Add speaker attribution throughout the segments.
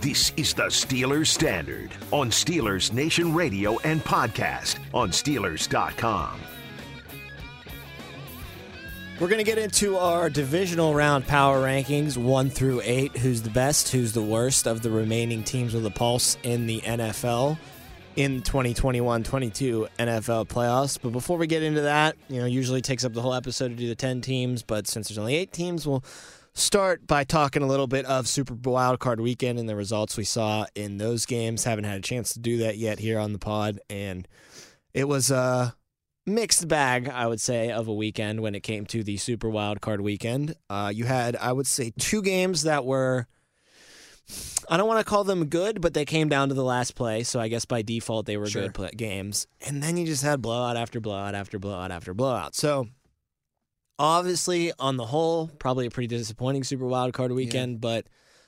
Speaker 1: This is the Steelers Standard on Steelers Nation Radio and podcast on Steelers.com.
Speaker 2: We're going to get into our divisional round power rankings, one through eight. Who's the best? Who's the worst of the remaining teams with a pulse in the NFL in 2021 22 NFL playoffs? But before we get into that, you know, usually takes up the whole episode to do the 10 teams, but since there's only eight teams, we'll start by talking a little bit of Super Bowl wildcard weekend and the results we saw in those games. Haven't had a chance to do that yet here on the pod, and it was a mixed bag, I would say, of a weekend when it came to the Super Wildcard weekend. Uh, you had, I would say, two games that were. I don't want to call them good, but they came down to the last play, so I guess by default they were
Speaker 3: Sure.
Speaker 2: good play- games. And then you just had blowout after blowout after blowout after blowout. So obviously on the whole probably a pretty disappointing super wild card weekend but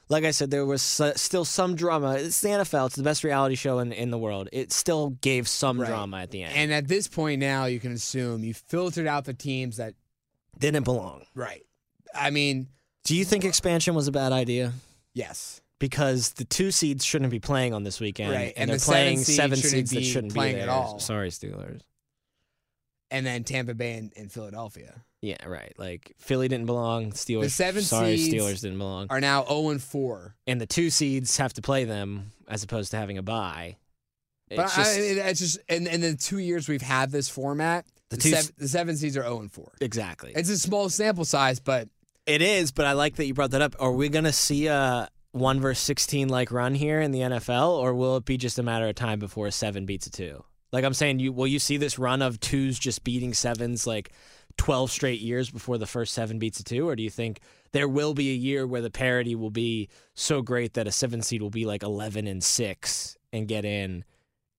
Speaker 2: like i said there was so- still some drama it's the nfl it's the best reality show in, in the world it still gave some
Speaker 3: Right.
Speaker 2: drama at the end
Speaker 3: And at this point now, you can assume you filtered out the teams that.
Speaker 2: didn't belong
Speaker 3: Right. I mean,
Speaker 2: do you think expansion was a bad idea
Speaker 3: yes.
Speaker 2: because the two seeds shouldn't be playing on this weekend
Speaker 3: Right, and
Speaker 2: they're
Speaker 3: the seven
Speaker 2: playing
Speaker 3: seed
Speaker 2: seven
Speaker 3: shouldn't
Speaker 2: seeds that
Speaker 3: be
Speaker 2: shouldn't
Speaker 3: playing
Speaker 2: be
Speaker 3: at
Speaker 2: there.
Speaker 3: all.
Speaker 2: sorry steelers
Speaker 3: And then Tampa Bay and, and Philadelphia
Speaker 2: yeah right like philly didn't belong steelers
Speaker 3: seven
Speaker 2: sorry
Speaker 3: seeds
Speaker 2: steelers didn't belong
Speaker 3: are now 0 and 4.
Speaker 2: and the two seeds have to play them as opposed to having a bye
Speaker 3: But
Speaker 2: It's
Speaker 3: I,
Speaker 2: just-
Speaker 3: I- it's just and in the two years we've had this format,
Speaker 2: The
Speaker 3: the,
Speaker 2: two-
Speaker 3: seven, the seven seeds are 0 and 4.
Speaker 2: Exactly.
Speaker 3: It's a small sample size, but
Speaker 2: It is, but I like that you brought that up. Are we going to see a one versus sixteen like run here in the NFL, or will it be just a matter of time before a seven beats a two? Like I'm saying, you will you see this run of twos just beating sevens like twelve straight years before the first seven beats a two, or do you think there will be a year where the parity will be so great that a seven seed will be like eleven and six and get in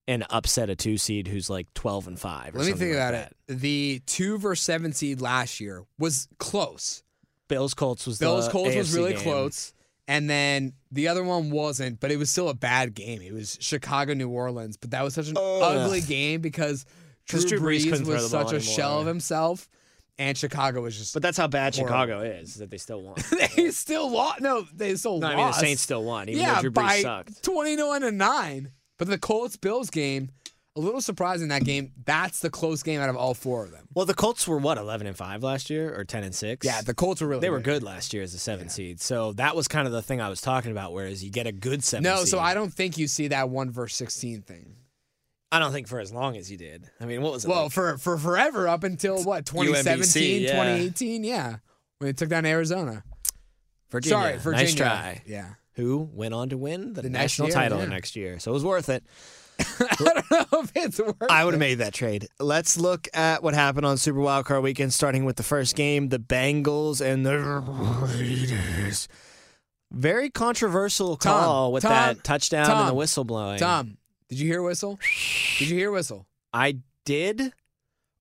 Speaker 2: and upset a two seed who's like twelve and five? Or
Speaker 3: let me
Speaker 2: something
Speaker 3: think
Speaker 2: like
Speaker 3: about
Speaker 2: that.
Speaker 3: it. The two versus seven seed last year was close.
Speaker 2: Bills Colts was
Speaker 3: Bills
Speaker 2: the
Speaker 3: Colts was
Speaker 2: AFC
Speaker 3: really
Speaker 2: game.
Speaker 3: close. And then the other one wasn't, but it was still a bad game. It was Chicago New Orleans, but that was such an
Speaker 2: Ugh.
Speaker 3: ugly game because Drew,
Speaker 2: 'Cause Drew Brees
Speaker 3: Brees,
Speaker 2: couldn't throw
Speaker 3: was
Speaker 2: the ball
Speaker 3: such a shell
Speaker 2: anymore.
Speaker 3: of himself, and Chicago was just.
Speaker 2: But that's how bad
Speaker 3: Horrible.
Speaker 2: Chicago is that they still won.
Speaker 3: they still lost. No, they still
Speaker 2: No, I
Speaker 3: lost.
Speaker 2: mean the Saints still won, even
Speaker 3: yeah,
Speaker 2: though Drew Brees
Speaker 3: by
Speaker 2: sucked.
Speaker 3: twenty-one to nine. But the Colts Bills game, a little surprising. That game, that's the close game out of all four of them.
Speaker 2: Well, the Colts were what eleven and five last year, or ten and six.
Speaker 3: Yeah, the Colts were really.
Speaker 2: they were good last year as a seven seed. So that was kind of the thing I was talking about. Whereas you get a good seven.
Speaker 3: No,
Speaker 2: seed.
Speaker 3: so I don't think you see that one verse sixteen thing.
Speaker 2: I don't think for as long as you did. I mean, what was it?
Speaker 3: Well,
Speaker 2: like?
Speaker 3: for for forever up until what
Speaker 2: 2017,
Speaker 3: 2017,
Speaker 2: yeah.
Speaker 3: 2018, yeah, when they took down Arizona.
Speaker 2: Virginia.
Speaker 3: Sorry, Virginia.
Speaker 2: Nice try.
Speaker 3: Yeah,
Speaker 2: Who went on to win the,
Speaker 3: The next
Speaker 2: national
Speaker 3: year,
Speaker 2: title
Speaker 3: yeah.
Speaker 2: the next year? So it was worth it.
Speaker 3: I don't know if it's worth.
Speaker 2: I would have made that trade. Let's look at what happened on Super Wildcard Weekend, starting with the first game, the Bengals and the Raiders. Very controversial
Speaker 3: Tom,
Speaker 2: call with
Speaker 3: Tom,
Speaker 2: that touchdown and the
Speaker 3: Tom,
Speaker 2: whistle blowing.
Speaker 3: it. Tom, did you hear whistle? Did you hear whistle?
Speaker 2: I did.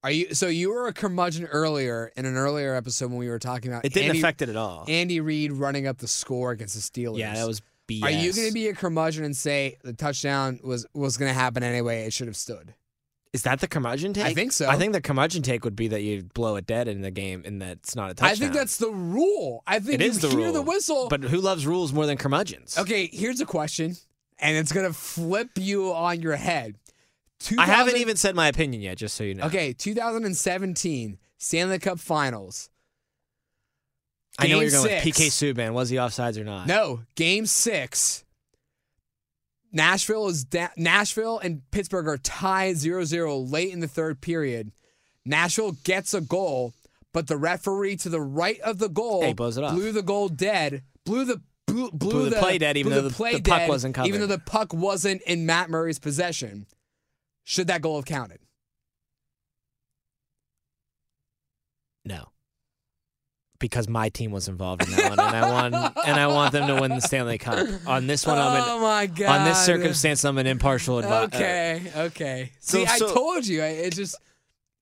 Speaker 3: Are you so you were a curmudgeon earlier in an earlier episode when we were talking about
Speaker 2: It didn't
Speaker 3: Andy,
Speaker 2: affect it at all.
Speaker 3: Andy Reid running up the score against the Steelers.
Speaker 2: Yeah, that was BS.
Speaker 3: Are you going to be a curmudgeon and say the touchdown was was going to happen anyway? It should have stood.
Speaker 2: Is that the curmudgeon take?
Speaker 3: I think so.
Speaker 2: I think the curmudgeon take would be that you blow it dead in the game, and that's not a touchdown.
Speaker 3: I think that's the rule. I think
Speaker 2: it
Speaker 3: you
Speaker 2: is the
Speaker 3: hear
Speaker 2: rule.
Speaker 3: the whistle.
Speaker 2: but who loves rules more than curmudgeons?
Speaker 3: okay, here's a question, and it's going to flip you on your head.
Speaker 2: I
Speaker 3: 2000
Speaker 2: haven't even said my opinion yet, just so you know.
Speaker 3: Okay, 2017 Stanley Cup Finals.
Speaker 2: I know
Speaker 3: Game
Speaker 2: where you're going with
Speaker 3: six.
Speaker 2: PK Subban. Was he offsides or not?
Speaker 3: No, game six. Nashville is da- Nashville and Pittsburgh are tied 0-0 late in the third period. Nashville gets a goal, but the referee to the right of the goal
Speaker 2: Hey, blows it off.
Speaker 3: blew the goal dead, blew the blew, blew,
Speaker 2: Blew the play dead even
Speaker 3: blew
Speaker 2: though the-
Speaker 3: play
Speaker 2: the puck
Speaker 3: dead,
Speaker 2: wasn't covered.
Speaker 3: Even though the puck wasn't in Matt Murray's possession, should that goal have counted?
Speaker 2: No. Because my team was involved in that one, and I won, and I want them to win the Stanley Cup. On this one,
Speaker 3: oh
Speaker 2: I'm an,
Speaker 3: my god!
Speaker 2: on this circumstance, I'm an impartial uh, advisor.
Speaker 3: Okay, okay.
Speaker 2: So-
Speaker 3: See,
Speaker 2: so-
Speaker 3: I told you. I, it's just,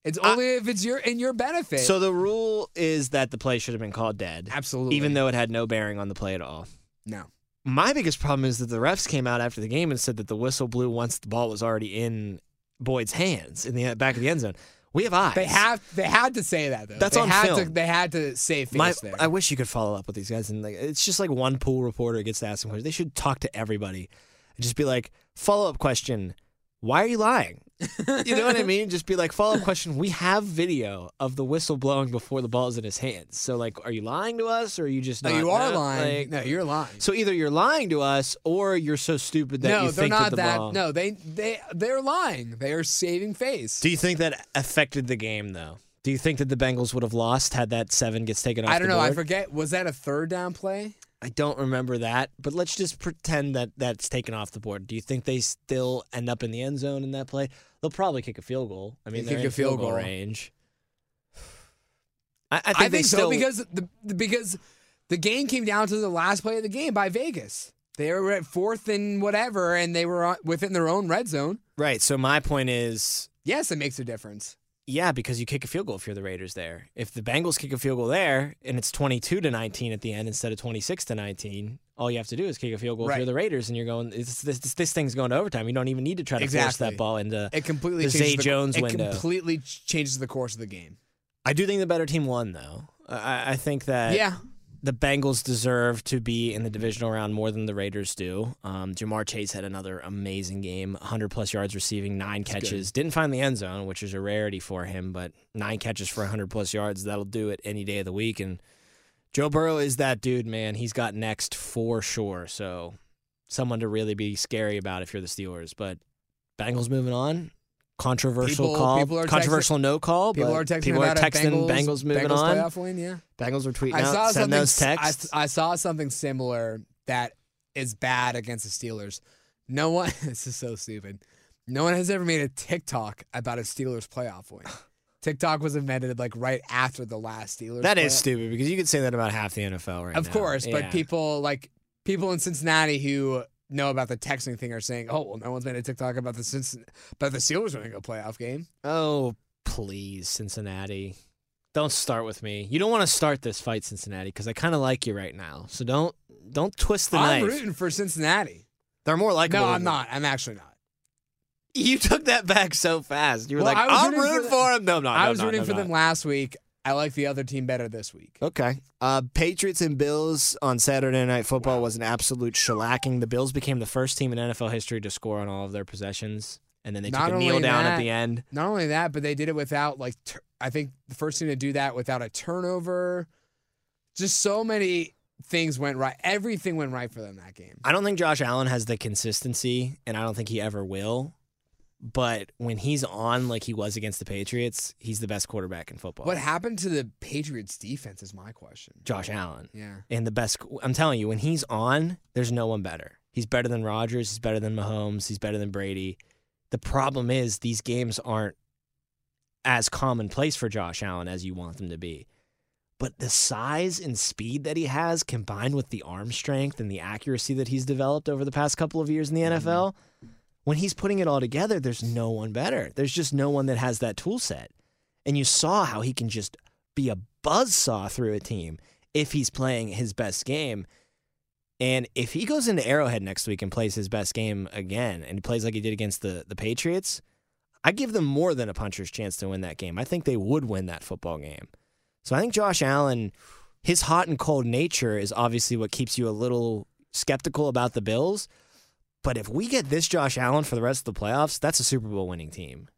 Speaker 3: it's only if it's your in your benefit.
Speaker 2: So the rule is that the play should have been called dead,
Speaker 3: absolutely,
Speaker 2: even though it had no bearing on the play at all.
Speaker 3: no,
Speaker 2: My biggest problem is that the refs came out after the game and said that the whistle blew once the ball was already in Boyd's hands in the back of the end zone. We have eyes.
Speaker 3: They have they had to say that though.
Speaker 2: That's
Speaker 3: they
Speaker 2: on
Speaker 3: had To,
Speaker 2: film.
Speaker 3: they had to say face
Speaker 2: My,
Speaker 3: there.
Speaker 2: I wish you could follow up with these guys, and like, it's just like one pool reporter gets to ask them questions. They should talk to everybody and just be like, follow up question: Why are you lying? You know what I mean? Just be like, follow up question: We have video of the whistle blowing before the ball's in his hands. So, like, are you lying to us, or are you just
Speaker 3: no,
Speaker 2: not?
Speaker 3: you are
Speaker 2: no, like-
Speaker 3: lying. no, you're lying.
Speaker 2: so either you're lying to us, or you're so stupid that
Speaker 3: no,
Speaker 2: you
Speaker 3: they're
Speaker 2: think
Speaker 3: not
Speaker 2: that the
Speaker 3: that.
Speaker 2: ball.
Speaker 3: No, they they they're lying. They are saving face.
Speaker 2: Do you think that affected the game though? Do you think that the Bengals would have lost had that seven gets taken off?
Speaker 3: I don't
Speaker 2: the
Speaker 3: know. I
Speaker 2: board?
Speaker 3: forget. Was that a third down play?
Speaker 2: I don't remember that, but let's just pretend that that's taken off the board. Do you think they still end up in the end zone in that play? They'll probably kick a field goal. I mean,
Speaker 3: They
Speaker 2: they're
Speaker 3: kick
Speaker 2: in
Speaker 3: a field goal.
Speaker 2: range. I, I think,
Speaker 3: I think,
Speaker 2: they
Speaker 3: so
Speaker 2: still,
Speaker 3: because the, the- because the game came down to the last play of the game by Vegas. They were at fourth and whatever, and they were on- within their own red zone.
Speaker 2: right. So my point is,
Speaker 3: Yes, it makes a difference.
Speaker 2: yeah, because you kick a field goal if you're the Raiders there. If the Bengals kick a field goal there and it's 22 to 19 at the end instead of 26 to 19, all you have to do is kick a field goal if
Speaker 3: Right.
Speaker 2: you're the Raiders, and you're going. This, this, this, this thing's going to overtime. You don't even need to try to force
Speaker 3: Exactly.
Speaker 2: that ball into.
Speaker 3: It completely
Speaker 2: The Zay
Speaker 3: changes the,
Speaker 2: Jones
Speaker 3: it
Speaker 2: window.
Speaker 3: completely ch- changes the course of the game.
Speaker 2: I do think the better team won though. I, I think that
Speaker 3: yeah,
Speaker 2: the Bengals deserve to be in the divisional round more than the Raiders do. Um, Jamar Chase had another amazing game 100 plus yards receiving, nine catches. Didn't find the end zone, which is a rarity for him, but nine catches for 100 plus yards, that'll do it any day of the week. And Joe Burrow is that dude, man. He's got next for sure. So someone to really be scary about if you're the Steelers. But Bengals moving on. Controversial
Speaker 3: People-
Speaker 2: call,
Speaker 3: people are texting-
Speaker 2: controversial no call,
Speaker 3: people
Speaker 2: but
Speaker 3: are texting
Speaker 2: people
Speaker 3: about
Speaker 2: are
Speaker 3: it.
Speaker 2: texting
Speaker 3: Bengals,
Speaker 2: Bengals, moving
Speaker 3: Bengals
Speaker 2: on.
Speaker 3: playoff win. Yeah,
Speaker 2: Bengals are tweeting
Speaker 3: I
Speaker 2: out,
Speaker 3: saw
Speaker 2: send
Speaker 3: something.
Speaker 2: those
Speaker 3: s-
Speaker 2: texts.
Speaker 3: I, I saw something similar that is bad against the Steelers. No one. this is so stupid. No one has ever made a TikTok about a Steelers playoff win. TikTok was invented like right after the last Steelers.
Speaker 2: That is
Speaker 3: playoff-
Speaker 2: stupid because you could say that about half the NFL right now.
Speaker 3: Of course,
Speaker 2: Yeah.
Speaker 3: but people like people in Cincinnati who know about the texting thing are saying, "Oh, well, no one's made a TikTok about the Cincinnati, about the Steelers winning a playoff game."
Speaker 2: Oh, please, Cincinnati. Don't start with me. You don't want to start this fight, Cincinnati, because I kind of like you right now. So don't don't twist the
Speaker 3: I'm
Speaker 2: knife.
Speaker 3: rooting for Cincinnati.
Speaker 2: They're more likable.
Speaker 3: No,
Speaker 2: than-
Speaker 3: I'm not. I'm actually not.
Speaker 2: You took that back so fast. You were
Speaker 3: Well,
Speaker 2: like,
Speaker 3: I was
Speaker 2: I'm
Speaker 3: rooting for
Speaker 2: rooting
Speaker 3: the-
Speaker 2: for him. No, no,
Speaker 3: I
Speaker 2: no,
Speaker 3: was
Speaker 2: no,
Speaker 3: rooting
Speaker 2: no,
Speaker 3: for
Speaker 2: no.
Speaker 3: them last week. I like the other team better this week.
Speaker 2: Okay. Uh, Patriots and Bills on Saturday Night Football was an absolute shellacking. The Bills became the first team in NFL history to score on all of their possessions, and then they
Speaker 3: Not
Speaker 2: took a
Speaker 3: only
Speaker 2: kneel down
Speaker 3: that-
Speaker 2: at the end.
Speaker 3: Not only that, but they did it without like tur- I think the first team to do that without a turnover. Just so many things went right. Everything went right for them that game.
Speaker 2: I don't think Josh Allen has the consistency, and I don't think he ever will. But when he's on like he was against the Patriots, he's the best quarterback in football.
Speaker 3: What happened to the Patriots defense is my question.
Speaker 2: Josh Allen
Speaker 3: Yeah.
Speaker 2: and the best. I'm telling you, when he's on, there's no one better. He's better than Rodgers. He's better than Mahomes. He's better than Brady. The problem is these games aren't as commonplace for Josh Allen as you want them to be. But the size and speed that he has, combined with the arm strength and the accuracy that he's developed over the past couple of years in the NFL, when he's putting it all together, there's no one better. There's just no one that has that tool set. And you saw how he can just be a buzzsaw through a team if he's playing his best game. And if he goes into Arrowhead next week and plays his best game again and he plays like he did against the, the Patriots, I give them more than a puncher's chance to win that game. I think they would win that football game. So I think Josh Allen, his hot and cold nature is obviously what keeps you a little skeptical about the Bills. But if we get this Josh Allen for the rest of the playoffs, that's a Super Bowl winning team.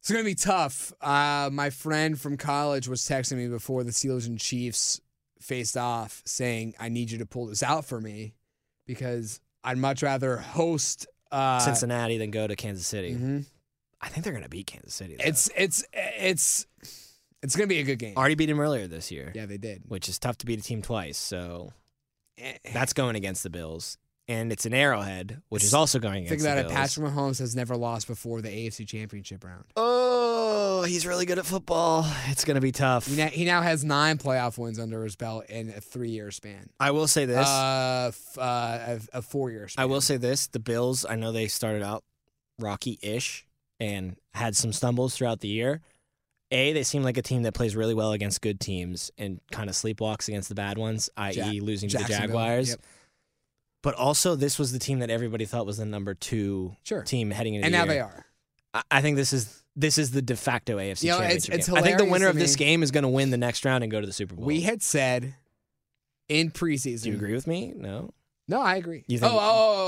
Speaker 3: It's gonna be tough. Uh, my friend from college was texting me before the Steelers and Chiefs faced off, saying, "I need you to pull this out for me, because I'd much rather host." Uh,
Speaker 2: Cincinnati then go to Kansas City.
Speaker 3: Mhm.
Speaker 2: I think they're going to beat Kansas City. though.
Speaker 3: It's it's it's it's gonna be a good game.
Speaker 2: already beat them earlier this year,
Speaker 3: Yeah, they did.
Speaker 2: which is tough to beat a team twice. So
Speaker 3: Eh,
Speaker 2: that's going against the Bills, and it's an Arrowhead, which is also going
Speaker 3: Think
Speaker 2: against
Speaker 3: about
Speaker 2: the
Speaker 3: it.
Speaker 2: Bills.
Speaker 3: Patrick Mahomes has never lost before the AFC Championship round.
Speaker 2: oh, he's really good at football. It's going to be tough.
Speaker 3: He now, he now has nine playoff wins under his belt in a three-year span.
Speaker 2: I will say this.
Speaker 3: Uh, f- uh, a, a four-year span.
Speaker 2: I will say this: the Bills. I know they started out rocky-ish and had some stumbles throughout the year. A, they seem like a team that plays really well against good teams and kind of sleepwalks against the bad ones, i.e.,
Speaker 3: Ja-
Speaker 2: losing to the
Speaker 3: Jacksonville.
Speaker 2: Jaguars.
Speaker 3: Yep.
Speaker 2: But also, this was the team that everybody thought was the number two
Speaker 3: Sure.
Speaker 2: team heading into
Speaker 3: And
Speaker 2: the
Speaker 3: now
Speaker 2: year.
Speaker 3: they are.
Speaker 2: I- I think this is this is the de facto AFC
Speaker 3: You know, it's-
Speaker 2: championship
Speaker 3: it's
Speaker 2: game. I think the
Speaker 3: hilarious
Speaker 2: winner
Speaker 3: to
Speaker 2: of this
Speaker 3: me.
Speaker 2: game is going to win the next round and go to the Super Bowl.
Speaker 3: We had said in preseason.
Speaker 2: Do you agree with me? No.
Speaker 3: No, I agree.
Speaker 2: You think-
Speaker 3: oh, oh,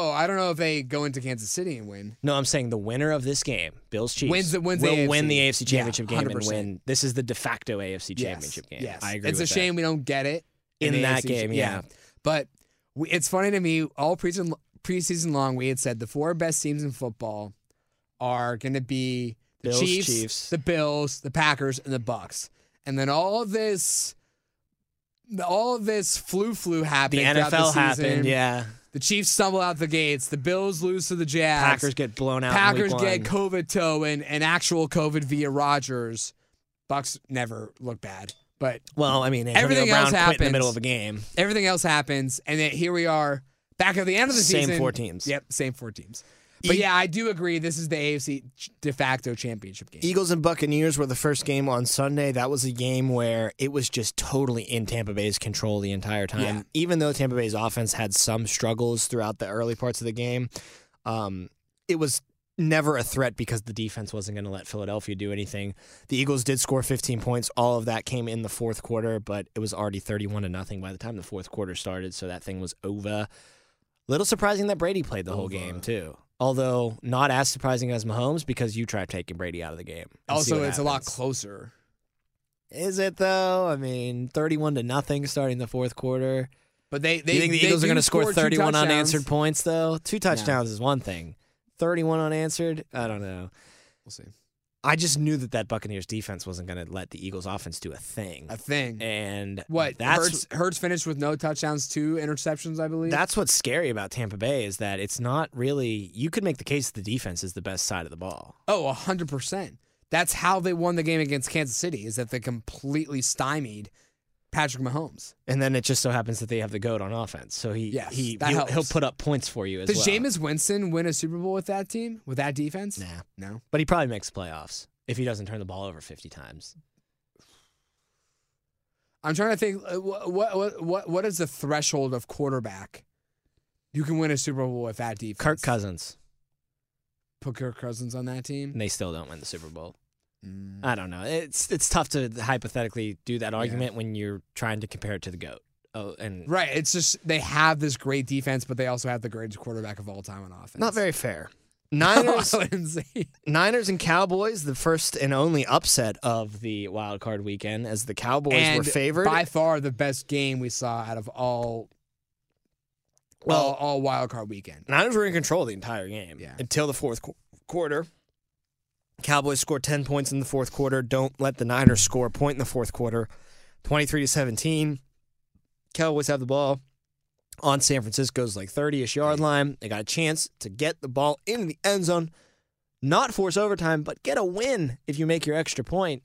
Speaker 3: oh, I don't know if they go into Kansas City and win.
Speaker 2: No, I'm saying the winner of this game, Bills Chiefs,
Speaker 3: Wins the- wins the
Speaker 2: will win
Speaker 3: AFC.
Speaker 2: the AFC
Speaker 3: Yeah,
Speaker 2: Championship game and
Speaker 3: 100%.
Speaker 2: win. This is the de facto AFC
Speaker 3: Yes,
Speaker 2: Championship game.
Speaker 3: Yes,
Speaker 2: I agree.
Speaker 3: It's
Speaker 2: with
Speaker 3: a
Speaker 2: that.
Speaker 3: shame we don't get it
Speaker 2: In
Speaker 3: the
Speaker 2: that
Speaker 3: AFC
Speaker 2: game, yeah.
Speaker 3: But we, it's funny to me. All preseason preseason long, we had said the four best teams in football are going to be the
Speaker 2: Bills,
Speaker 3: Chiefs,
Speaker 2: Chiefs.
Speaker 3: the Bills, the Packers, and the Bucks. And then all of this, all of this flu flu
Speaker 2: The
Speaker 3: happened. throughout
Speaker 2: NFL
Speaker 3: the season.
Speaker 2: happened. Yeah.
Speaker 3: The Chiefs stumble out the gates. The Bills lose to the Jazz.
Speaker 2: Packers get blown out. in
Speaker 3: Packers
Speaker 2: week
Speaker 3: get
Speaker 2: one.
Speaker 3: COVID toe and, and actual COVID via Rodgers. Bucks never look bad, but
Speaker 2: Well, I mean, Antonio
Speaker 3: Everything
Speaker 2: Brown
Speaker 3: else
Speaker 2: quit in the
Speaker 3: happens.
Speaker 2: middle of a game.
Speaker 3: everything else happens, and then here we are back at the end of the
Speaker 2: Same
Speaker 3: season.
Speaker 2: four teams.
Speaker 3: Yep, same four teams. But
Speaker 2: E-
Speaker 3: yeah, I do agree. This is the AFC ch- de facto championship game.
Speaker 2: Eagles and Buccaneers were the first game on Sunday. That was a game where it was just totally in Tampa Bay's control the entire time.
Speaker 3: Yeah.
Speaker 2: Even though Tampa Bay's offense had some struggles throughout the early parts of the game, um, it was never a threat because the defense wasn't going to let Philadelphia do anything. The Eagles did score 15 points. All of that came in the fourth quarter, but it was already 31 to nothing by the time the fourth quarter started, so that thing was over. Little surprising that Brady played the whole game too. Although not as surprising as Mahomes because you try taking Brady out of the game. and see
Speaker 3: also,
Speaker 2: what
Speaker 3: it's a lot
Speaker 2: happens.
Speaker 3: closer.
Speaker 2: Is it though? I mean, thirty-one to nothing starting the fourth quarter.
Speaker 3: But they
Speaker 2: Do
Speaker 3: they
Speaker 2: you think the
Speaker 3: they
Speaker 2: Eagles are
Speaker 3: do
Speaker 2: going to score
Speaker 3: two
Speaker 2: thirty-one
Speaker 3: touchdowns.
Speaker 2: unanswered points though? Two touchdowns is one thing. Thirty-one unanswered. I don't know.
Speaker 3: We'll see.
Speaker 2: I just knew that that Buccaneers defense wasn't going to let the Eagles offense do a thing.
Speaker 3: A thing.
Speaker 2: And
Speaker 3: what
Speaker 2: That's
Speaker 3: Hurts, Hurts finished with no touchdowns, two interceptions, I believe.
Speaker 2: That's what's scary about Tampa Bay is that it's not really. You could make the case that the defense is the best side of the ball.
Speaker 3: Oh, 100%. That's how they won the game against Kansas City is that they completely stymied Patrick Mahomes.
Speaker 2: And then it just so happens that they have the goat on offense, so he
Speaker 3: Yes,
Speaker 2: he
Speaker 3: that
Speaker 2: he'll,
Speaker 3: helps.
Speaker 2: he'll put up points for you as
Speaker 3: Does
Speaker 2: well.
Speaker 3: Jameis Winston win a Super Bowl with that team, with that defense?
Speaker 2: Nah.
Speaker 3: No.
Speaker 2: but he probably makes playoffs if he doesn't turn the ball over fifty times.
Speaker 3: I'm trying to think uh, wh- what what what what is the threshold of quarterback you can win a Super Bowl with that defense?
Speaker 2: Kirk Cousins,
Speaker 3: Put Kirk Cousins on that team.
Speaker 2: and they still don't win the Super Bowl.
Speaker 3: Mm.
Speaker 2: I don't know. It's it's tough to hypothetically do that argument when you're trying to compare it to the goat. Oh, and
Speaker 3: Right. It's just they have this great defense, but they also have the greatest quarterback of all time on offense.
Speaker 2: not very fair.
Speaker 3: I
Speaker 2: Niners,
Speaker 3: wouldn't say-
Speaker 2: Niners and Cowboys, the first and only upset of the wild card weekend, as the Cowboys were
Speaker 3: and
Speaker 2: favored.
Speaker 3: by far the best game we saw out of all
Speaker 2: Well-
Speaker 3: all, all wild card weekend.
Speaker 2: Niners were in control the entire game
Speaker 3: Yeah.
Speaker 2: until the fourth qu- quarter. Cowboys score 10 points in the fourth quarter. Don't let the Niners score a point in the fourth quarter. 23 to 17. Cowboys have the ball on San Francisco's like 30 ish yard line. They got a chance to get the ball into the end zone, not force overtime, but get a win if you make your extra point.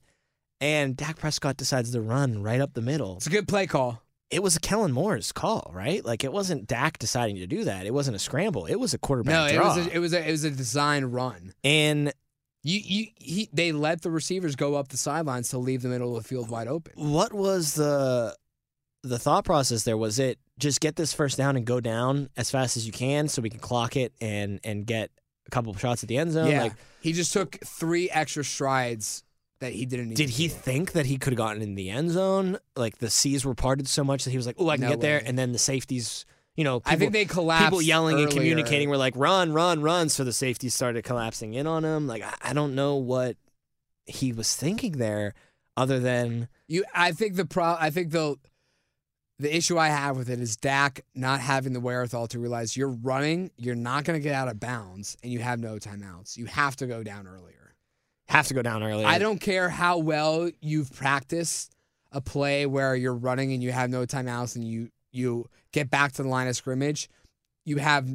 Speaker 2: And Dak Prescott decides to run right up the middle
Speaker 3: It's a good play call.
Speaker 2: it was Kellen Moore's call, right? Like it wasn't Dak deciding to do that. It wasn't a scramble. It was a
Speaker 3: No,
Speaker 2: quarterback
Speaker 3: it
Speaker 2: draw.
Speaker 3: was a, it was a, it was a design run.
Speaker 2: and
Speaker 3: You you he they let the receivers go up the sidelines to leave the middle of the field wide open.
Speaker 2: what was the the thought process there? Was it just get this first down and go down as fast as you can so we can clock it and and get a couple of shots at the end zone?
Speaker 3: yeah,
Speaker 2: Like
Speaker 3: he just took three extra strides that he didn't. Need
Speaker 2: did
Speaker 3: to
Speaker 2: he
Speaker 3: do.
Speaker 2: think that he could have gotten in the end zone? Like the seas were parted so much that he was like, "Oh, I can
Speaker 3: No
Speaker 2: get there,"
Speaker 3: way.
Speaker 2: and then the safeties, you know, people,
Speaker 3: I think they collapsed.
Speaker 2: people yelling and
Speaker 3: earlier.
Speaker 2: communicating were like run run run so the safeties started collapsing in on him like I, I don't know what he was thinking there other than
Speaker 3: You, I think the pro, I think the the issue I have with it is Dak not having the wherewithal to realize you're running, you're not going to get out of bounds, and you have no timeouts. You have to go down earlier.
Speaker 2: have to go down early
Speaker 3: I don't care how well you've practiced a play where you're running and you have no timeouts and you you get back to the line of scrimmage. You have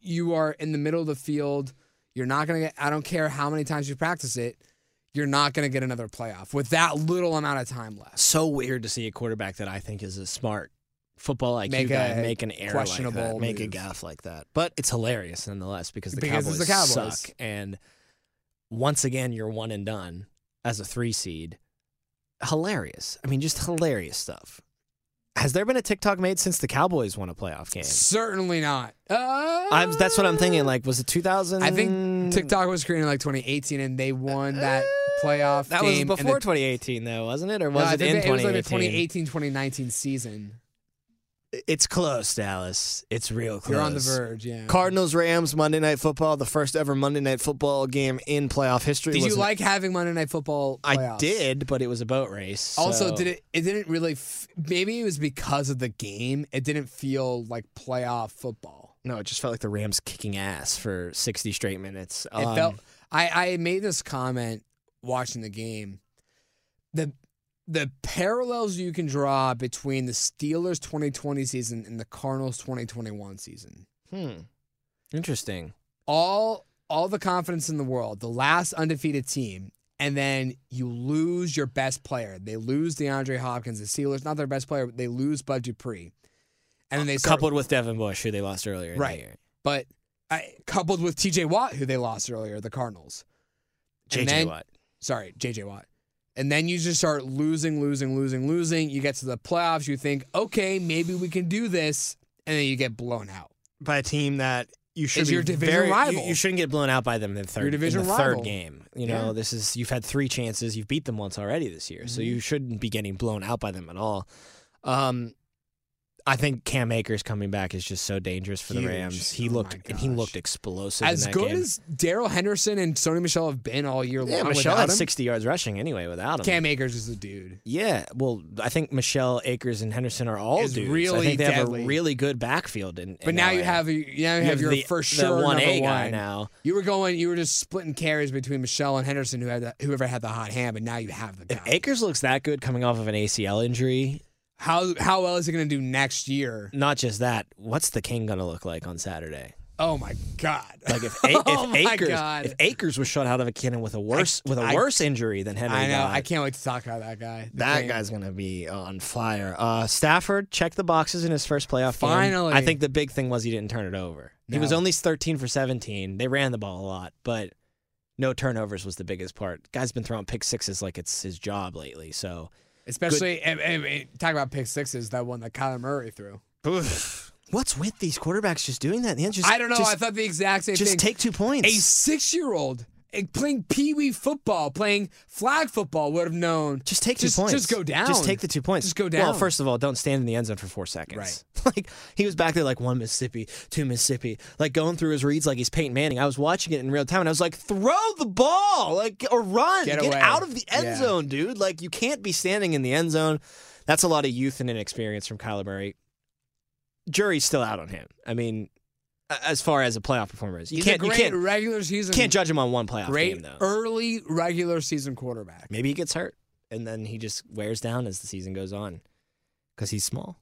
Speaker 3: you are in the middle of the field. You're not going to get I don't care how many times you practice it. You're not going to get another playoff with that little amount of time left.
Speaker 2: so weird to see a quarterback that I think is a smart football IQ
Speaker 3: Make
Speaker 2: guy
Speaker 3: a
Speaker 2: make an error like that,
Speaker 3: questionable
Speaker 2: make a
Speaker 3: move.
Speaker 2: gaff like that but it's hilarious nonetheless because the
Speaker 3: Because
Speaker 2: Cowboys,
Speaker 3: it's the Cowboys.
Speaker 2: suck and once again you're one and done as a 3 seed hilarious I mean just hilarious stuff has there been a TikTok made since the Cowboys won a playoff game
Speaker 3: Certainly not.
Speaker 2: I'm, that's what I'm thinking. Like, was it 2000?
Speaker 3: I think
Speaker 2: won.
Speaker 3: Uh, TikTok was created in like 2018, and they won that playoff
Speaker 2: Uh, That was
Speaker 3: game. and
Speaker 2: before
Speaker 3: the-
Speaker 2: 2018, though, wasn't it? Or
Speaker 3: No,
Speaker 2: was
Speaker 3: I
Speaker 2: it
Speaker 3: think
Speaker 2: in
Speaker 3: that- it was like the
Speaker 2: 2018?
Speaker 3: 2018 2019 season.
Speaker 2: It's close, Dallas. It's real close.
Speaker 3: You're on the verge, yeah.
Speaker 2: Cardinals Rams Monday Night Football, the first ever Monday Night Football game in playoff history.
Speaker 3: Did you
Speaker 2: was an-
Speaker 3: like having Monday Night Football?
Speaker 2: I
Speaker 3: playoffs?
Speaker 2: did, but it was a boat race.
Speaker 3: Also,
Speaker 2: so-
Speaker 3: did it? It didn't really. F- maybe it was because of the game. It didn't feel like playoff football.
Speaker 2: No, it just felt like the Rams kicking ass for 60 straight minutes. Um,
Speaker 3: It felt. I I made this comment watching the game. The the parallels you can draw between the Steelers 2020 season and the Cardinals 2021 season.
Speaker 2: hmm, interesting.
Speaker 3: All all the confidence in the world, the last undefeated team, and then you lose your best player. They lose DeAndre Hopkins. The Steelers, not their best player, but they lose Bud Dupree. And then they start
Speaker 2: Coupled with Devin Bush, who they lost earlier in
Speaker 3: Right.
Speaker 2: the year.
Speaker 3: but I, coupled with TJ Watt, who they lost earlier, the Cardinals. And
Speaker 2: JJ
Speaker 3: then-
Speaker 2: Watt.
Speaker 3: Sorry, JJ Watt. And then you just start losing, losing, losing, losing. You get to the playoffs, you think, okay, maybe we can do this, and then you get blown out.
Speaker 2: By a team that you should
Speaker 3: Is
Speaker 2: be
Speaker 3: your division
Speaker 2: very, you-
Speaker 3: rival.
Speaker 2: You, shouldn't get blown out by them in the third,
Speaker 3: Your
Speaker 2: in
Speaker 3: division
Speaker 2: the
Speaker 3: rival.
Speaker 2: third game. You
Speaker 3: Yeah.
Speaker 2: know, this is you've had three chances. You've beat them once already this year, so
Speaker 3: Mhm.
Speaker 2: you shouldn't be getting blown out by them at all. Um, I think Cam Akers coming back is just so dangerous for the
Speaker 3: Huge.
Speaker 2: Rams. He
Speaker 3: Oh
Speaker 2: looked
Speaker 3: my
Speaker 2: and he
Speaker 3: gosh.
Speaker 2: looked explosive. in
Speaker 3: as
Speaker 2: that
Speaker 3: good
Speaker 2: game.
Speaker 3: as Daryl Henderson and Sony Michelle have been all year
Speaker 2: yeah,
Speaker 3: long,
Speaker 2: Michelle
Speaker 3: without
Speaker 2: had
Speaker 3: him,
Speaker 2: 60 yards rushing anyway without him.
Speaker 3: Cam Akers is a dude.
Speaker 2: Yeah, well, I think Michelle Akers and Henderson are all
Speaker 3: Is
Speaker 2: dudes. I
Speaker 3: really
Speaker 2: think they
Speaker 3: deadly.
Speaker 2: have a really good backfield. In,
Speaker 3: But
Speaker 2: in
Speaker 3: now
Speaker 2: LA.
Speaker 3: you have you now you, have, your
Speaker 2: the,
Speaker 3: first
Speaker 2: the
Speaker 3: sure
Speaker 2: one
Speaker 3: number
Speaker 2: A guy
Speaker 3: one.
Speaker 2: now.
Speaker 3: You were going, you were just splitting carries between Michelle and Henderson, who had the, whoever had the hot hand. But now you have the guy.
Speaker 2: If Akers looks that good coming off of an ACL injury,
Speaker 3: how how well is he going to do next year?
Speaker 2: not just that, what's the king going to look like on Saturday?
Speaker 3: Oh my god!
Speaker 2: Like if, a-
Speaker 3: Oh
Speaker 2: if
Speaker 3: my
Speaker 2: Akers
Speaker 3: God.
Speaker 2: if Akers was shot out of a cannon with a worse with a
Speaker 3: I-
Speaker 2: worse injury than Henry
Speaker 3: I know.
Speaker 2: got,
Speaker 3: I can't wait to talk about that guy. The
Speaker 2: That
Speaker 3: game.
Speaker 2: guy's gonna be on fire. Uh, Stafford checked the boxes in his first playoff
Speaker 3: Finally.
Speaker 2: game. I think the big thing was he didn't turn it over. He was
Speaker 3: No.
Speaker 2: only 13 for 17. They ran the ball a lot, but no turnovers was the biggest part. Guy's been throwing pick sixes like it's his job lately. So
Speaker 3: especially and, and- and talk about pick sixes. That one that Kyler Murray threw.
Speaker 2: what's with these quarterbacks just doing that? Yeah, just,
Speaker 3: I don't know.
Speaker 2: Just,
Speaker 3: I thought the exact same
Speaker 2: just
Speaker 3: thing.
Speaker 2: take two points.
Speaker 3: a six-year-old eh, playing pee-wee football, playing flag football, would have known.
Speaker 2: Just take two
Speaker 3: Just-
Speaker 2: points.
Speaker 3: just go down.
Speaker 2: Just take the two points.
Speaker 3: Just go
Speaker 2: Well,
Speaker 3: down.
Speaker 2: first of all, don't stand in the end zone for four seconds. Right. Like he was back there like one Mississippi, two Mississippi, like going through his reads like he's Peyton Manning. I was watching it in real time and I was like, throw the ball, like or run,
Speaker 3: Get away.
Speaker 2: out of the end
Speaker 3: Yeah.
Speaker 2: zone, dude. Like you can't be standing in the end zone. That's a lot of youth and inexperience from Kyler Murray. Jury's still out on him. I mean, a- as far as a playoff performer is, you
Speaker 3: He's a
Speaker 2: can't
Speaker 3: great
Speaker 2: you can't,
Speaker 3: regular season.
Speaker 2: can't judge him on one playoff
Speaker 3: great
Speaker 2: game though.
Speaker 3: early regular season quarterback.
Speaker 2: Maybe he gets hurt and then he just wears down as the season goes on because he's small.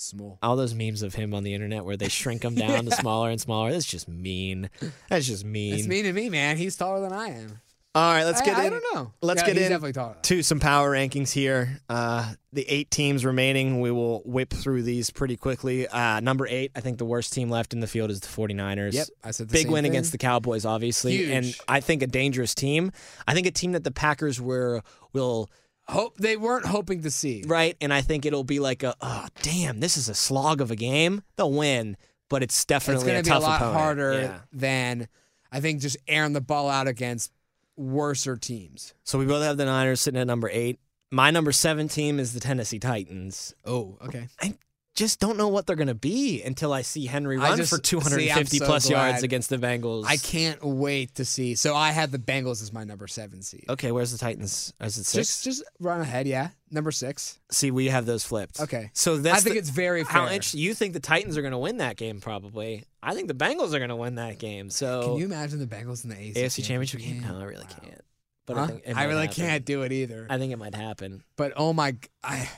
Speaker 3: Small.
Speaker 2: All those memes of him on the internet where they shrink him down to smaller and smaller. That's just mean. That's just mean.
Speaker 3: It's mean to me, man. He's taller than I am.
Speaker 2: All right, let's
Speaker 3: I-
Speaker 2: get
Speaker 3: I
Speaker 2: in.
Speaker 3: don't know.
Speaker 2: Let's
Speaker 3: Yeah,
Speaker 2: get
Speaker 3: he's
Speaker 2: in
Speaker 3: definitely taller.
Speaker 2: to some power rankings here. Uh, the eight teams remaining, we will whip through these pretty quickly. Uh, number eight, I think the worst team left in the field is the 49ers.
Speaker 3: Yep, I said the
Speaker 2: Big
Speaker 3: same
Speaker 2: win
Speaker 3: thing.
Speaker 2: against the Cowboys, obviously, and
Speaker 3: Huge.
Speaker 2: I think a dangerous team. I think a team that the Packers were will
Speaker 3: Hope they weren't hoping to see.
Speaker 2: right? And I think it'll be like a, oh, damn, this is a slog of a game. They'll win, but it's
Speaker 3: It's
Speaker 2: definitely
Speaker 3: going
Speaker 2: a
Speaker 3: to be a
Speaker 2: tough
Speaker 3: lot
Speaker 2: opponent.
Speaker 3: harder
Speaker 2: Yeah.
Speaker 3: than I think just airing the ball out against worser teams.
Speaker 2: So we both have the Niners sitting at number eight. My number seven team is the Tennessee Titans.
Speaker 3: Oh, okay.
Speaker 2: I just don't know what they're going to be until I see Henry
Speaker 3: I
Speaker 2: run
Speaker 3: just-
Speaker 2: for
Speaker 3: see, I'm
Speaker 2: 250
Speaker 3: so
Speaker 2: plus yards
Speaker 3: glad.
Speaker 2: against the Bengals.
Speaker 3: I can't wait to see. So I had the Bengals as my number seven seed.
Speaker 2: Okay, where's the Titans? Is it Oh, six?
Speaker 3: Just just run ahead, yeah. Number six.
Speaker 2: see, we have those flipped.
Speaker 3: Okay.
Speaker 2: So that's
Speaker 3: I think
Speaker 2: the-
Speaker 3: it's very fair.
Speaker 2: how inch you think the Titans are going to win that game? Probably. I think the Bengals are going to win that game. So
Speaker 3: Can you imagine the Bengals in the AFC,
Speaker 2: AFC Championship game? No, I really
Speaker 3: Wow.
Speaker 2: can't. But
Speaker 3: Huh?
Speaker 2: I think it
Speaker 3: I
Speaker 2: might
Speaker 3: really
Speaker 2: happen.
Speaker 3: can't do it either.
Speaker 2: I think it might happen.
Speaker 3: but oh my, g- I,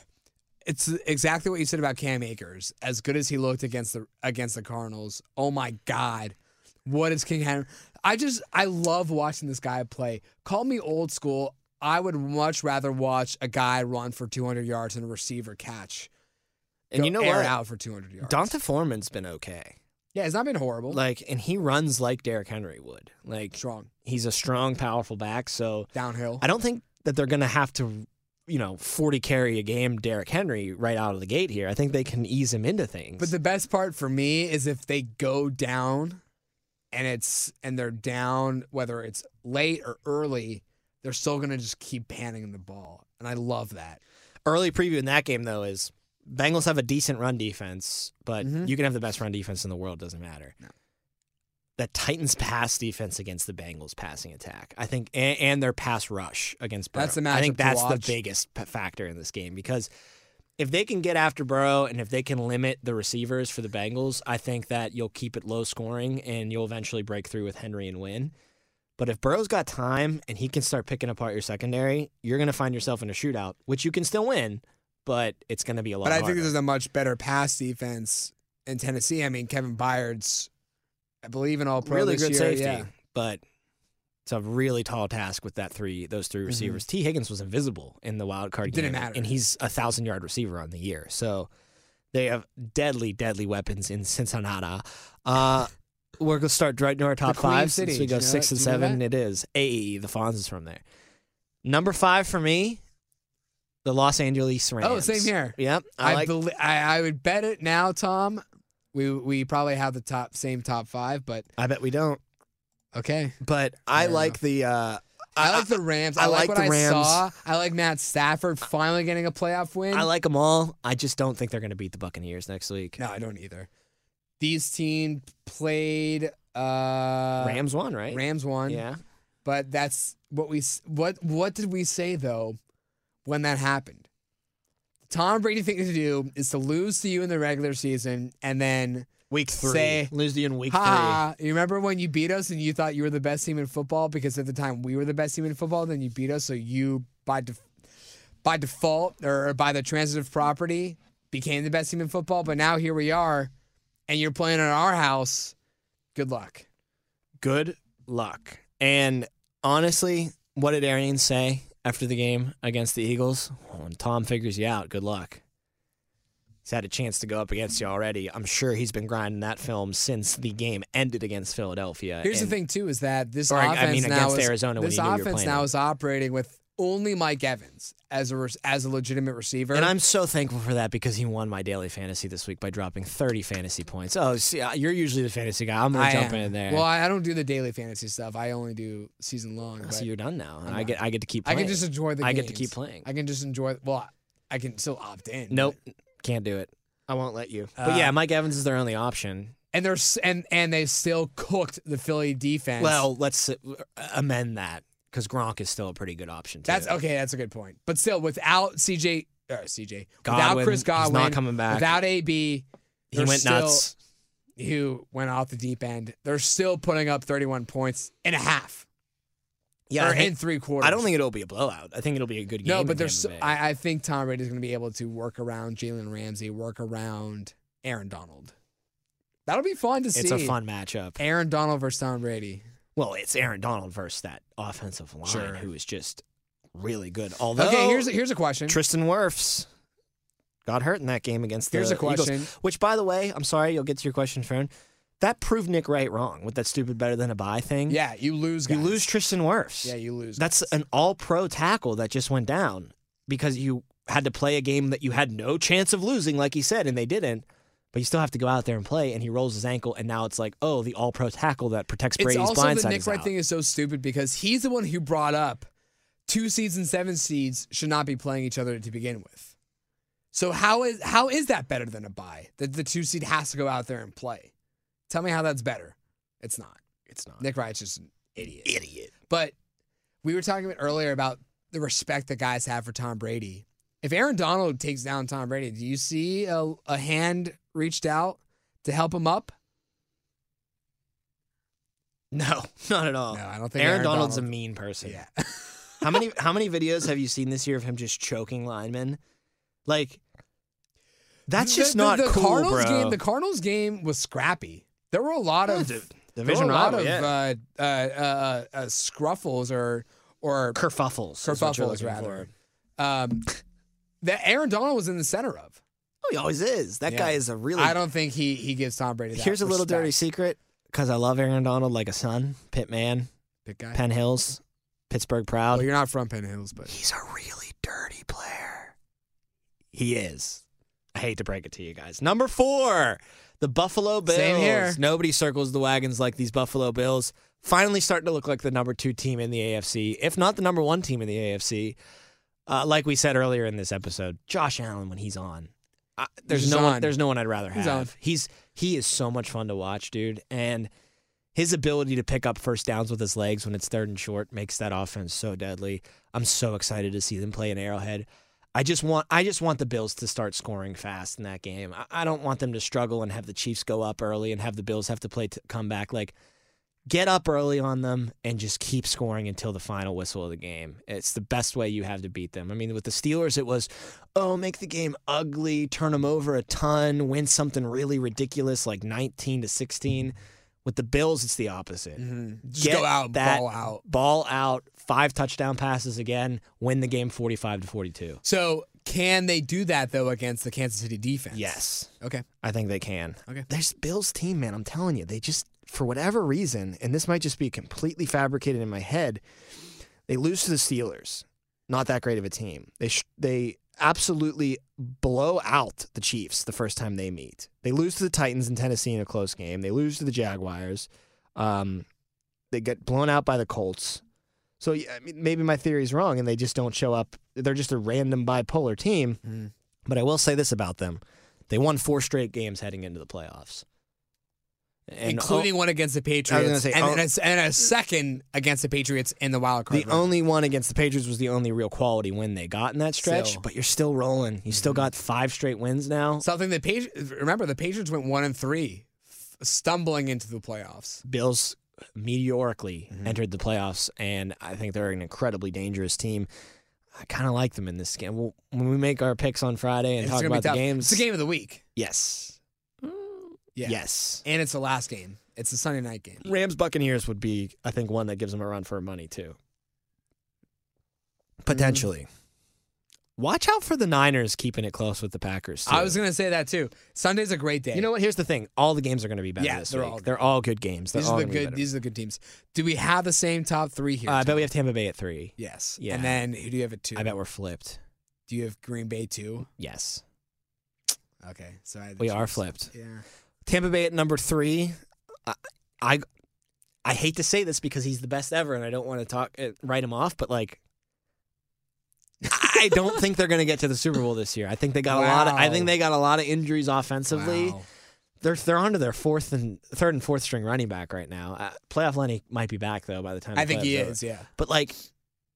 Speaker 3: it's exactly what you said about Cam Akers. As good as he looked against the against the Cardinals, oh my God, what is King Henry? I just I love watching this guy play. Call me old school. I would much rather watch a guy run for 200 yards and a receiver catch.
Speaker 2: And
Speaker 3: Go
Speaker 2: you know
Speaker 3: air
Speaker 2: what?
Speaker 3: Out for 200 yards.
Speaker 2: Donta Foreman's been okay.
Speaker 3: Yeah, it's not been horrible.
Speaker 2: Like, and he runs like Derrick Henry would. Like,
Speaker 3: Strong
Speaker 2: he's a strong, powerful back. So
Speaker 3: downhill.
Speaker 2: I don't think that they're going to have to, you know, 40 carry a game Derrick Henry right out of the gate here. I think they can ease him into things.
Speaker 3: But the best part for me is if they go down and it's and they're down, whether it's late or early, they're still gonna just keep handing them the ball, and I love that.
Speaker 2: Early preview in that game though is Bengals have a decent run defense, but
Speaker 3: Mhm.
Speaker 2: you can have the best run defense in the world, doesn't matter. The Titans pass defense against the Bengals passing attack. I think and, and their pass rush against Burrow.
Speaker 3: That's the
Speaker 2: I think
Speaker 3: matchup to
Speaker 2: that's
Speaker 3: watch.
Speaker 2: the biggest p- factor in this game because if they can get after Burrow and if they can limit the receivers for the Bengals, I think that you'll keep it low scoring and you'll eventually break through with Henry and win. But if Burrow's got time and he can start picking apart your secondary, you're going to find yourself in a shootout, which you can still win, but it's going to be a lot.
Speaker 3: But I
Speaker 2: harder.
Speaker 3: think there's a much better pass defense in Tennessee. I mean, Kevin Byard's, I believe, in all pro
Speaker 2: really
Speaker 3: this
Speaker 2: good
Speaker 3: year.
Speaker 2: safety,
Speaker 3: Yeah.
Speaker 2: but it's a really tall task with that three those three receivers. T Higgins was invisible in the wild card
Speaker 3: Mm-hmm. It didn't
Speaker 2: game,
Speaker 3: matter.
Speaker 2: and he's a thousand yard receiver on the year. So they have deadly, deadly weapons in Cincinnati. Uh, we're gonna start right into our top
Speaker 3: The Queen
Speaker 2: five
Speaker 3: City.
Speaker 2: since we
Speaker 3: Do
Speaker 2: go
Speaker 3: you know
Speaker 2: six
Speaker 3: that?
Speaker 2: and
Speaker 3: Do you know
Speaker 2: seven. It is AE. The Fonz is from there. Number five for me, the Los Angeles Rams.
Speaker 3: Oh, same here.
Speaker 2: Yep, I,
Speaker 3: I,
Speaker 2: like
Speaker 3: belie- I I would bet it now, Tom. We we probably have the top same top five, but
Speaker 2: I bet we don't,
Speaker 3: okay.
Speaker 2: but I
Speaker 3: Fair
Speaker 2: like the. Uh,
Speaker 3: I like the Rams.
Speaker 2: I
Speaker 3: I,
Speaker 2: like
Speaker 3: like, what
Speaker 2: the
Speaker 3: I
Speaker 2: Rams.
Speaker 3: saw. I like Matt Stafford finally getting a playoff win.
Speaker 2: I like them all. I just don't think they're going to beat the Buccaneers next week.
Speaker 3: no, I don't either. These team played uh,
Speaker 2: Rams won, right?
Speaker 3: Rams won.
Speaker 2: Yeah.
Speaker 3: But that's what we s- what what did we say though when that happened? The Tom Brady thing to do is to lose to you in the regular season and then
Speaker 2: Week three.
Speaker 3: Say-
Speaker 2: Lose to you in week
Speaker 3: ha, you remember when you beat us and you thought you were the best team in football because at the time we were the best team in football then you beat us so you by def- by default or by the transitive property became the best team in football but now here we are and you're playing in our house. Good luck.
Speaker 2: three. Good luck. And honestly, what did Arians say after the game against the Eagles? When Tom figures you out, good luck. He's had a chance to go up against you already. I'm sure he's been grinding that film since the game ended against Philadelphia.
Speaker 3: Here's
Speaker 2: And
Speaker 3: the thing too is that this
Speaker 2: Or, I- I
Speaker 3: offense
Speaker 2: mean,
Speaker 3: now
Speaker 2: against
Speaker 3: is,
Speaker 2: Arizona when
Speaker 3: this
Speaker 2: you knew you were
Speaker 3: offense
Speaker 2: playing
Speaker 3: now
Speaker 2: them.
Speaker 3: is operating with only Mike Evans as a re- as a legitimate receiver.
Speaker 2: And I'm so thankful for that because he won my daily fantasy this week by dropping 30 fantasy points. Oh, see, uh, you're usually the fantasy guy. I'm going
Speaker 3: I
Speaker 2: to jump
Speaker 3: am.
Speaker 2: in there.
Speaker 3: Well, I, I don't do the daily fantasy stuff. I only do season long. but
Speaker 2: so you're done now.
Speaker 3: I'm
Speaker 2: I get I get to keep
Speaker 3: I
Speaker 2: playing.
Speaker 3: can just enjoy the.
Speaker 2: I get to
Speaker 3: games.
Speaker 2: keep playing.
Speaker 3: I can just enjoy. Well, I can still opt in. but-
Speaker 2: Nope, can't do it. I won't let you.
Speaker 3: Uh,
Speaker 2: but yeah, Mike Evans is their only option.
Speaker 3: And there's and and they still cooked the Philly defense.
Speaker 2: Well, let's uh, amend that because Gronk is still a pretty good option. Too.
Speaker 3: that's okay. That's a good point. But still, without CJ, or CJ,
Speaker 2: Godwin,
Speaker 3: without Chris
Speaker 2: he's
Speaker 3: Godwin,
Speaker 2: not coming back.
Speaker 3: Without AB,
Speaker 2: He
Speaker 3: they're
Speaker 2: went
Speaker 3: still-
Speaker 2: nuts.
Speaker 3: who went off the deep end, they're still putting up 31 points and a half.
Speaker 2: Yeah,
Speaker 3: or
Speaker 2: I,
Speaker 3: in
Speaker 2: think,
Speaker 3: three quarters.
Speaker 2: I don't think it'll be a blowout. I think it'll be a good game.
Speaker 3: No,
Speaker 2: in
Speaker 3: but
Speaker 2: Tampa
Speaker 3: there's. So,
Speaker 2: Bay.
Speaker 3: I, I think Tom Brady's going to be able to work around Jalen Ramsey, work around Aaron Donald. That'll be fun to see.
Speaker 2: it's a fun matchup.
Speaker 3: Aaron Donald versus Tom Brady.
Speaker 2: Well, it's Aaron Donald versus that offensive line
Speaker 3: Sure.
Speaker 2: who is just really good. Although
Speaker 3: okay, here's a, here's a question.
Speaker 2: Tristan Wirfs got hurt in that game against the
Speaker 3: Here's a
Speaker 2: Eagles.
Speaker 3: question.
Speaker 2: Which, by the way, I'm sorry, you'll get to your question, Fern. That proved Nick Wright wrong with that stupid better than a buy thing.
Speaker 3: yeah, you lose.
Speaker 2: You
Speaker 3: guys.
Speaker 2: lose Tristan Wirfs.
Speaker 3: Yeah, you lose.
Speaker 2: That's an all pro tackle that just went down because you had to play a game that you had no chance of losing, like he said, and they didn't. But you still have to go out there and play, and he rolls his ankle, and now it's like, oh, the all pro tackle that protects
Speaker 3: it's
Speaker 2: Brady's
Speaker 3: also
Speaker 2: blind
Speaker 3: the
Speaker 2: side
Speaker 3: Nick
Speaker 2: is
Speaker 3: Wright
Speaker 2: out.
Speaker 3: thing is so stupid because he's the one who brought up two seeds and seven seeds should not be playing each other to begin with. So how is how is that better than a bye? That the two seed has to go out there and play. Tell me how that's better. It's not.
Speaker 2: It's not.
Speaker 3: Nick Wright's just an idiot.
Speaker 2: Idiot.
Speaker 3: But we were talking about earlier about the respect that guys have for Tom Brady. If Aaron Donald takes down Tom Brady, do you see a, a hand reached out to help him up?
Speaker 2: No, not at all.
Speaker 3: No, I don't think
Speaker 2: Aaron,
Speaker 3: Aaron
Speaker 2: Donald's
Speaker 3: Donald-
Speaker 2: a mean person.
Speaker 3: Yeah.
Speaker 2: How many how many videos have you seen this year of him just choking linemen? Like that's
Speaker 3: The-
Speaker 2: just
Speaker 3: the-
Speaker 2: not
Speaker 3: the
Speaker 2: cool,
Speaker 3: Cardinals
Speaker 2: bro.
Speaker 3: game. The Cardinals game was scrappy. There were a lot of
Speaker 2: Div-
Speaker 3: there
Speaker 2: division
Speaker 3: were a lot
Speaker 2: rival,
Speaker 3: of
Speaker 2: yeah.
Speaker 3: uh, uh, uh, uh, scruffles or or
Speaker 2: kerfuffles. is what you're
Speaker 3: kerfuffles
Speaker 2: looking
Speaker 3: rather.
Speaker 2: for.
Speaker 3: Um, that Aaron Donald was in the center of.
Speaker 2: Oh, he always is. That
Speaker 3: Yeah.
Speaker 2: guy is a really.
Speaker 3: I don't think he he gives Tom Brady. That
Speaker 2: Here's a little
Speaker 3: respect.
Speaker 2: dirty secret because I love Aaron Donald like a son. Pittman,
Speaker 3: Big guy.
Speaker 2: Penn Hills, Pittsburgh proud.
Speaker 3: Well, you're not from Penn Hills, but
Speaker 2: He's a really dirty player. He is. I hate to break it to you guys. Number four, the Buffalo Bills.
Speaker 3: Same here.
Speaker 2: Nobody circles the wagons like these Buffalo Bills. Finally starting to look like the number two team in the AFC, if not the number one team in the AFC. Uh, like we said earlier in this episode, Josh Allen when he's on, I, there's
Speaker 3: He's
Speaker 2: no
Speaker 3: on.
Speaker 2: one, there's no one I'd rather have.
Speaker 3: He's on.
Speaker 2: He's he is so much fun to watch, dude, and his ability to pick up first downs with his legs when it's third and short makes that offense so deadly. I'm so excited to see them play in Arrowhead. I just want I just want the Bills to start scoring fast in that game. I, I don't want them to struggle and have the Chiefs go up early and have the Bills have to play to come back. Like get up early on them and just keep scoring until the final whistle of the game. It's the best way you have to beat them. I mean, with the Steelers, it was, oh, make the game ugly, turn them over a ton, win something really ridiculous like 19 to 16. With the Bills, it's the opposite.
Speaker 3: Mm-hmm. Just
Speaker 2: Get
Speaker 3: go out, and
Speaker 2: that
Speaker 3: ball out.
Speaker 2: Ball out, five touchdown passes again, win the game 45 to 42.
Speaker 3: So can they do that though against the Kansas City defense?
Speaker 2: Yes.
Speaker 3: Okay.
Speaker 2: I think they can.
Speaker 3: Okay.
Speaker 2: There's Bills team, man. I'm telling you, they just for whatever reason, and this might just be completely fabricated in my head, they lose to the Steelers. Not that great of a team. They sh- they absolutely blow out the Chiefs the first time they meet. They lose to the Titans in Tennessee in a close game. They lose to the Jaguars. Um, they get blown out by the Colts. So yeah, I mean, maybe my theory's wrong, and they just don't show up. They're just a random bipolar team.
Speaker 3: Mhm.
Speaker 2: But I will say this about them: they won four straight games heading into the playoffs, And-
Speaker 3: Including one against the Patriots.
Speaker 2: gonna say,
Speaker 3: and,
Speaker 2: oh-
Speaker 3: and a s- and a second against the Patriots in the wild card.
Speaker 2: The
Speaker 3: round.
Speaker 2: only one against the Patriots was the only real quality win they got in that stretch,
Speaker 3: Still.
Speaker 2: but you're still rolling. You still got five straight wins now.
Speaker 3: Something the Patriots remember the Patriots went one and three, f- stumbling into the playoffs.
Speaker 2: Bills meteorically entered the playoffs, and I think they're an incredibly dangerous team. I kind of like them in this game. Well, when we make our picks on Friday and
Speaker 3: It's
Speaker 2: talk
Speaker 3: gonna
Speaker 2: about the
Speaker 3: be tough.
Speaker 2: games,
Speaker 3: It's the game of the week.
Speaker 2: yes,
Speaker 3: Yeah.
Speaker 2: yes,
Speaker 3: And it's the last game. It's the Sunday night game.
Speaker 2: Rams Buccaneers would be, I think, one that gives them a run for money too. Potentially. Mm-hmm. Watch out for the Niners keeping it close with the Packers. Too.
Speaker 3: I was gonna say that too. Sunday's a great day.
Speaker 2: You know what? Here's the thing. All the games are going to be better
Speaker 3: Yeah,
Speaker 2: this
Speaker 3: they're
Speaker 2: week.
Speaker 3: all good.
Speaker 2: they're all good games. They're
Speaker 3: these
Speaker 2: all
Speaker 3: are the
Speaker 2: gonna be
Speaker 3: good.
Speaker 2: better.
Speaker 3: These are the good teams. Do we have the same top three here?
Speaker 2: Uh, I bet
Speaker 3: Tom?
Speaker 2: we have Tampa Bay at three.
Speaker 3: Yes.
Speaker 2: Yeah.
Speaker 3: And then who do you have at two?
Speaker 2: I bet we're flipped.
Speaker 3: Do you have Green Bay two?
Speaker 2: Yes,
Speaker 3: Okay. So I had the
Speaker 2: we are
Speaker 3: Chiefs.
Speaker 2: flipped.
Speaker 3: Yeah.
Speaker 2: Tampa Bay at number three. I, I, I hate to say this because he's the best ever, and I don't want to talk uh, write him off, but like. I don't think they're going to get to the Super Bowl this year. I think they got a lot. Of, I
Speaker 3: Wow.
Speaker 2: think they got a lot of injuries offensively.
Speaker 3: Wow.
Speaker 2: They're they're onto their fourth and third and fourth string running back right now. Uh, playoff Lenny might be back though by the time
Speaker 3: I
Speaker 2: the
Speaker 3: think
Speaker 2: playoffs
Speaker 3: he
Speaker 2: are over.
Speaker 3: is. Yeah.
Speaker 2: But like,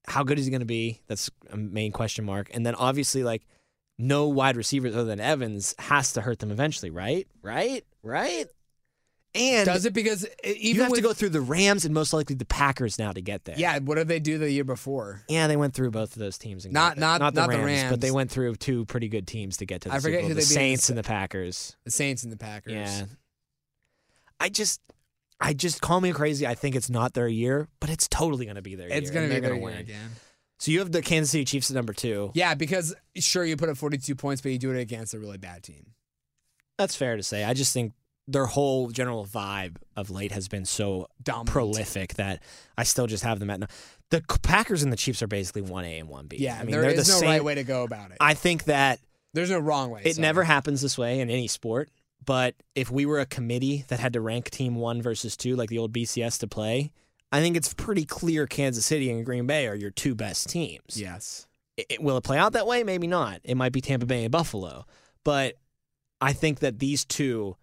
Speaker 2: how good is he going to be? That's a main question mark. And then obviously, like, no wide receivers other than Evans has to hurt them eventually, right? Right? Right? And
Speaker 3: Does it because e, even
Speaker 2: you have
Speaker 3: with,
Speaker 2: to go through the Rams and most likely the Packers now to get there.
Speaker 3: Yeah. What did they do the year before?
Speaker 2: Yeah, they went through both of those teams. And
Speaker 3: Not-
Speaker 2: got there.
Speaker 3: not-
Speaker 2: not, the,
Speaker 3: not the
Speaker 2: Rams,
Speaker 3: Rams.
Speaker 2: but they went through two pretty good teams to get to the
Speaker 3: I
Speaker 2: Super
Speaker 3: forget
Speaker 2: Bowl,
Speaker 3: who
Speaker 2: the
Speaker 3: they beat in the
Speaker 2: Saints
Speaker 3: se-
Speaker 2: and the Packers.
Speaker 3: The Saints and the Packers.
Speaker 2: Yeah. I just, I just call me crazy. I think it's not their year, but it's totally going to be their year.
Speaker 3: It's gonna
Speaker 2: and
Speaker 3: be
Speaker 2: they're
Speaker 3: their
Speaker 2: gonna
Speaker 3: year
Speaker 2: win.
Speaker 3: again.
Speaker 2: So you have the Kansas City Chiefs at number two.
Speaker 3: Yeah, because sure you put up 42 points, but you do it against a really bad team.
Speaker 2: That's fair to say. I just think their whole general vibe of late has been so
Speaker 3: Dominant.
Speaker 2: prolific that I still just have them at no- the C- Packers and the Chiefs are basically one A and one B.
Speaker 3: Yeah,
Speaker 2: I mean
Speaker 3: there
Speaker 2: they're
Speaker 3: is
Speaker 2: the
Speaker 3: no
Speaker 2: same.
Speaker 3: right way to go about it.
Speaker 2: I think that
Speaker 3: There's no wrong way.
Speaker 2: it
Speaker 3: sorry.
Speaker 2: never happens this way in any sport. But if we were a committee that had to rank team one versus two, like the old BCS to play, I think it's pretty clear Kansas City and Green Bay are your two best teams
Speaker 3: Yes.
Speaker 2: it, it- will it play out that way? Maybe not. It might be Tampa Bay and Buffalo, but I think that these two,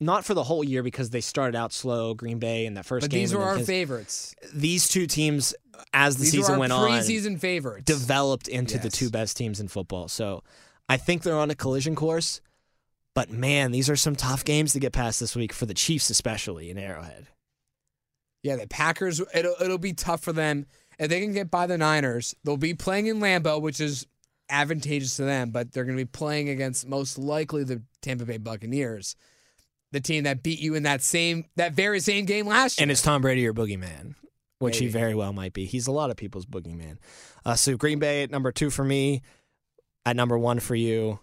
Speaker 2: not for the whole year because they started out slow, Green Bay in that first
Speaker 3: But
Speaker 2: game.
Speaker 3: these
Speaker 2: and
Speaker 3: were
Speaker 2: then
Speaker 3: our
Speaker 2: Kansas-
Speaker 3: favorites.
Speaker 2: These two teams, as the
Speaker 3: these
Speaker 2: season
Speaker 3: were
Speaker 2: went
Speaker 3: our
Speaker 2: on,
Speaker 3: preseason favorites.
Speaker 2: developed into the
Speaker 3: Yes.
Speaker 2: two best teams in football. So I think they're on a collision course. But man, these are some tough games to get past this week for the Chiefs, especially in Arrowhead.
Speaker 3: yeah, the Packers. It'll it'll be tough for them if they can get by the Niners. They'll be playing in Lambeau, which is advantageous to them, but they're going to be playing against most likely the Tampa Bay Buccaneers, the team that beat you in that same that very same game last year.
Speaker 2: And is Tom Brady your boogeyman? Which he
Speaker 3: Maybe.
Speaker 2: very well might be. He's a lot of people's boogeyman. Uh, so Green Bay at number two for me. At number one for you,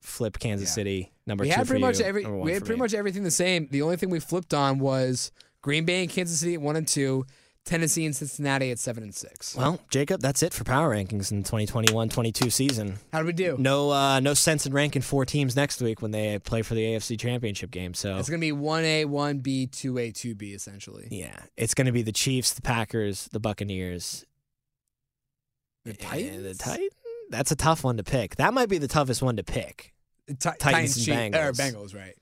Speaker 2: flip Kansas
Speaker 3: Yeah.
Speaker 2: City. Number
Speaker 3: we
Speaker 2: two
Speaker 3: had
Speaker 2: for
Speaker 3: pretty much
Speaker 2: you,
Speaker 3: every
Speaker 2: number one
Speaker 3: we had
Speaker 2: for
Speaker 3: pretty
Speaker 2: me.
Speaker 3: much everything the same. The only thing we flipped on was Green Bay and Kansas City at one and two, Tennessee and Cincinnati at seven and six.
Speaker 2: Well, Jacob, that's it for power rankings in the 2021-22 season.
Speaker 3: How do we do?
Speaker 2: No, uh, no sense in ranking four teams next week when they play for the AFC Championship game. So
Speaker 3: It's gonna be one A, one B, two A, two B essentially.
Speaker 2: yeah, it's going to be the Chiefs, the Packers, the Buccaneers,
Speaker 3: The
Speaker 2: and
Speaker 3: Titans.
Speaker 2: The Titans. That's a tough one to pick. That might be the toughest one to pick.
Speaker 3: Ti-
Speaker 2: Titans
Speaker 3: Chiefs-
Speaker 2: and
Speaker 3: Or
Speaker 2: Bengals.
Speaker 3: Bengals, right?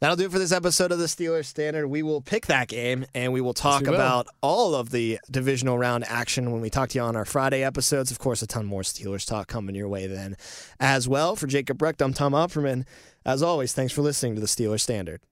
Speaker 2: That'll do it for this episode of the Steelers Standard. We will pick that game and we will talk
Speaker 3: we will.
Speaker 2: about all of the divisional round action when we talk to you on our Friday episodes. Of course, a ton more Steelers talk coming your way then as well. For Jacob Brecht, I'm Tom Opperman. As always, thanks for listening to the Steelers Standard.